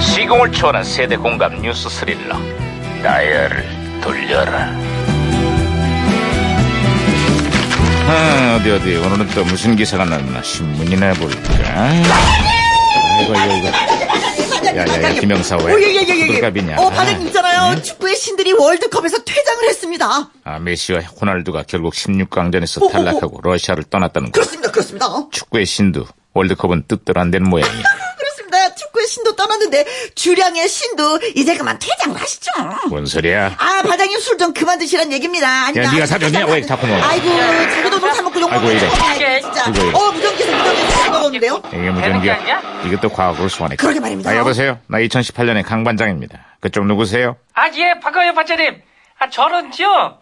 2020을 초월한 세대 공감 뉴스 스릴러 다이얼을 돌려라 아, 어디 어디 오늘은 또 무슨 기사가 났나 신문이나 볼까 아이고 이거 이거 야, 야, 야, 김영사 왜 오, 예, 예, 예, 예. 호들갑이냐? 어, 반장님 있잖아요. 축구의 신들이 월드컵에서 퇴장을 했습니다. 아, 메시와 호날두가 결국 오, 16강전에서 오, 탈락하고 러시아를 떠났다는 거 그렇습니다, 그렇습니다. 어, 축구의 신두 월드컵은 뜻대로 안 되는 모양이야 그렇습니다. 축구의 신도 떠났는데 주량의 신도 이제 그만 퇴장을 하시죠. 뭔 소리야 아, 반장님 술 좀 그만 드시란 얘기입니다. 아니, 야, 나- 네가 사줬냐? 왜 자꾸 먹어? 아이고, 자기 돈으로 사 먹고 욕 아이고, 먹는 이래. 거 아니야, 진짜. 아이고, 이래. 어, 무전기에서 무전기에서 술 먹었는데요. 이게 무전기야 이것도 과거로 소환했다 그러게 말입니다. 아, 여보세요 나 2018년의 강반장입니다 그쪽 누구세요? 아, 예, 반가워요, 반장님. 아, 저는요,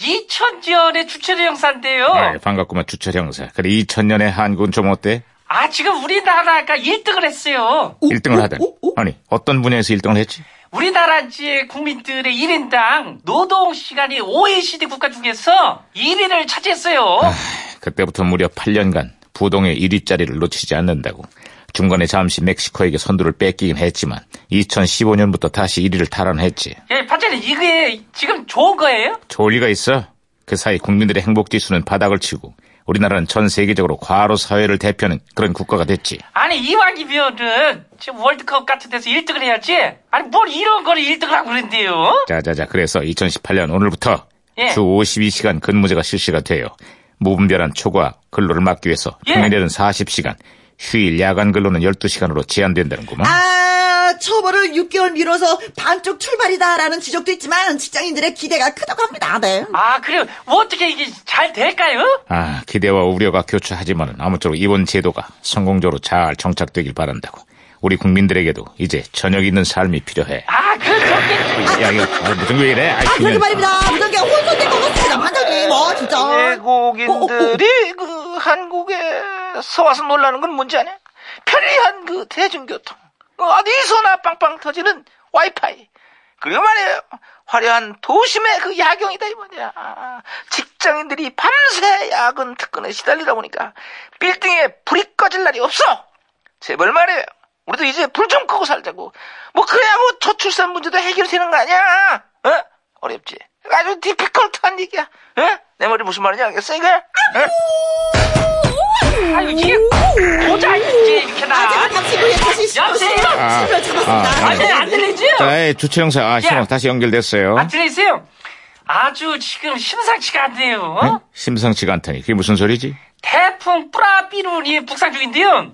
2000년의 주최 형사인데요. 어. 아이, 예, 반갑구만 주철 형사 그래 2000년에 한국은 좀 어때? 아, 지금 우리나라가 1등을 했어요. 오, 1등을 오, 하던 오, 오. 아니 어떤 분야에서 1등을 했지? 우리나라 이제 국민들의 1인당 노동 시간이 OECD 국가 중에서 1위를 차지했어요. 그때부터 무려 8년간 부동의 1위 자리를 놓치지 않는다고 중간에 잠시 멕시코에게 선두를 뺏기긴 했지만 2015년부터 다시 1위를 탈환했지 예, 반장님, 이게 지금 좋은 거예요? 좋을 리가 있어 그 사이 국민들의 행복지수는 바닥을 치고 우리나라는 전 세계적으로 과로 사회를 대표하는 그런 국가가 됐지 아니, 이왕이면은, 지금 월드컵 같은 데서 1등을 해야지. 아니, 뭘 이런 거를 1등을 하고 그런데요? 자자자 그래서 2018년 오늘부터 예. 주 52시간 근무제가 실시가 돼요. 무분별한 초과 근로를 막기 위해서 예. 평일에는 40시간, 휴일 야간 근로는 12시간으로 제한된다는구만. 아, 처벌을 6개월 미뤄서 반쪽 출발이다라는 지적도 있지만 직장인들의 기대가 크다고 합니다. 네. 아, 그래요. 뭐 어떻게 이게 잘 될까요? 아, 기대와 우려가 교차하지만 은 아무쪼록 이번 제도가 성공적으로 잘 정착되길 바란다고. 우리 국민들에게도 이제 저녁 있는 삶이 필요해. 아, 그, 저기. 야, 이거 아, 무슨 왜 이래? 아이, 아, 그러게 그냥- 말입니다. 무전기가 혼선된 것 같습니다. 반장님, 어, 진짜. 어, 외국인들이 그 한국에서 와서 놀라는 건 뭔지 아냐? 편리한 그 대중교통, 그 어디서나 빵빵 터지는 와이파이, 그리고 말이에요 화려한 도심의 그 야경이다 이 말이야. 직장인들이 밤새 야근 특근에 시달리다 보니까 빌딩에 불이 꺼질 날이 없어. 제발 말이에요. 우리도 이제 불 좀 끄고 살자고. 뭐 그래야 뭐 저출산 문제도 해결되는 거 아니야? 어? 어렵지. 아주 디피컬트한 얘기야. 어? 내 말이 무슨 말인지 알겠어 이거야? 아유, 이게 도저히 이게 이렇게 나. 아, 제가 당신 후에 다시 신호 여보세요? 아, 신호를 잡았습니다. 아, 안, 들- 안 들리지요? 자, 에이, 주최 형사, 아, 신호 다시 연결됐어요. 안 들리세요? 아주 지금 심상치가 않네요. 어? 응? 심상치가 않다니. 그게 무슨 소리지? 태풍 뿌라비룬이 북상 중인데요.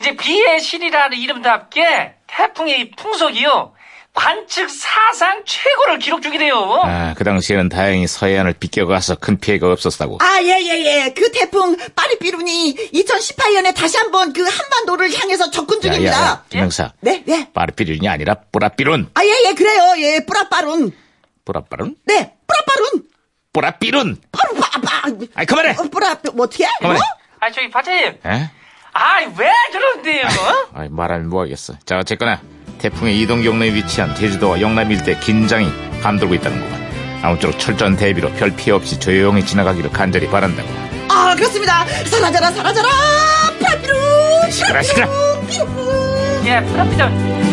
이제 비의 신이라는 이름답게 태풍의 풍속이요. 관측 사상 최고를 기록 중이래요. 아, 그 당시에는 다행히 서해안을 비껴가서 큰 피해가 없었다고. 아, 예, 예, 예. 그 태풍 파리피룬이 2018년에 다시 한번 그 한반도를 향해서 접근 중입니다. 김영사. 네, 네. 빠르피륜이 아니라 뿌라삐룬. 아, 예, 예, 그래요. 예, 뿌라빠룬. 뿌라빠룬? 네, 뿌라빠룬. 뿌라삐룬! 빠룬, 빠빠. 아이, 그만해! 어, 뿌라, 뭐, 어떻게? 그만해! 뭐? 아, 저기 반장님. 에? 아, 왜 그런데요? 예? 어? 아이, 말하면 뭐하겠어. 자, 어쨌거나 태풍의 이동 경로에 위치한 제주도와 영남 일대 긴장이 감돌고 있다는구만. 아무쪼록 철저한 대비로 별 피해 없이 조용히 지나가기를 간절히 바란다고. 아, 그렇습니다. 사라져라, 사라져라. 파피룬. 시끄러, 시끄러. 피룬. 예, 뿌라비룬.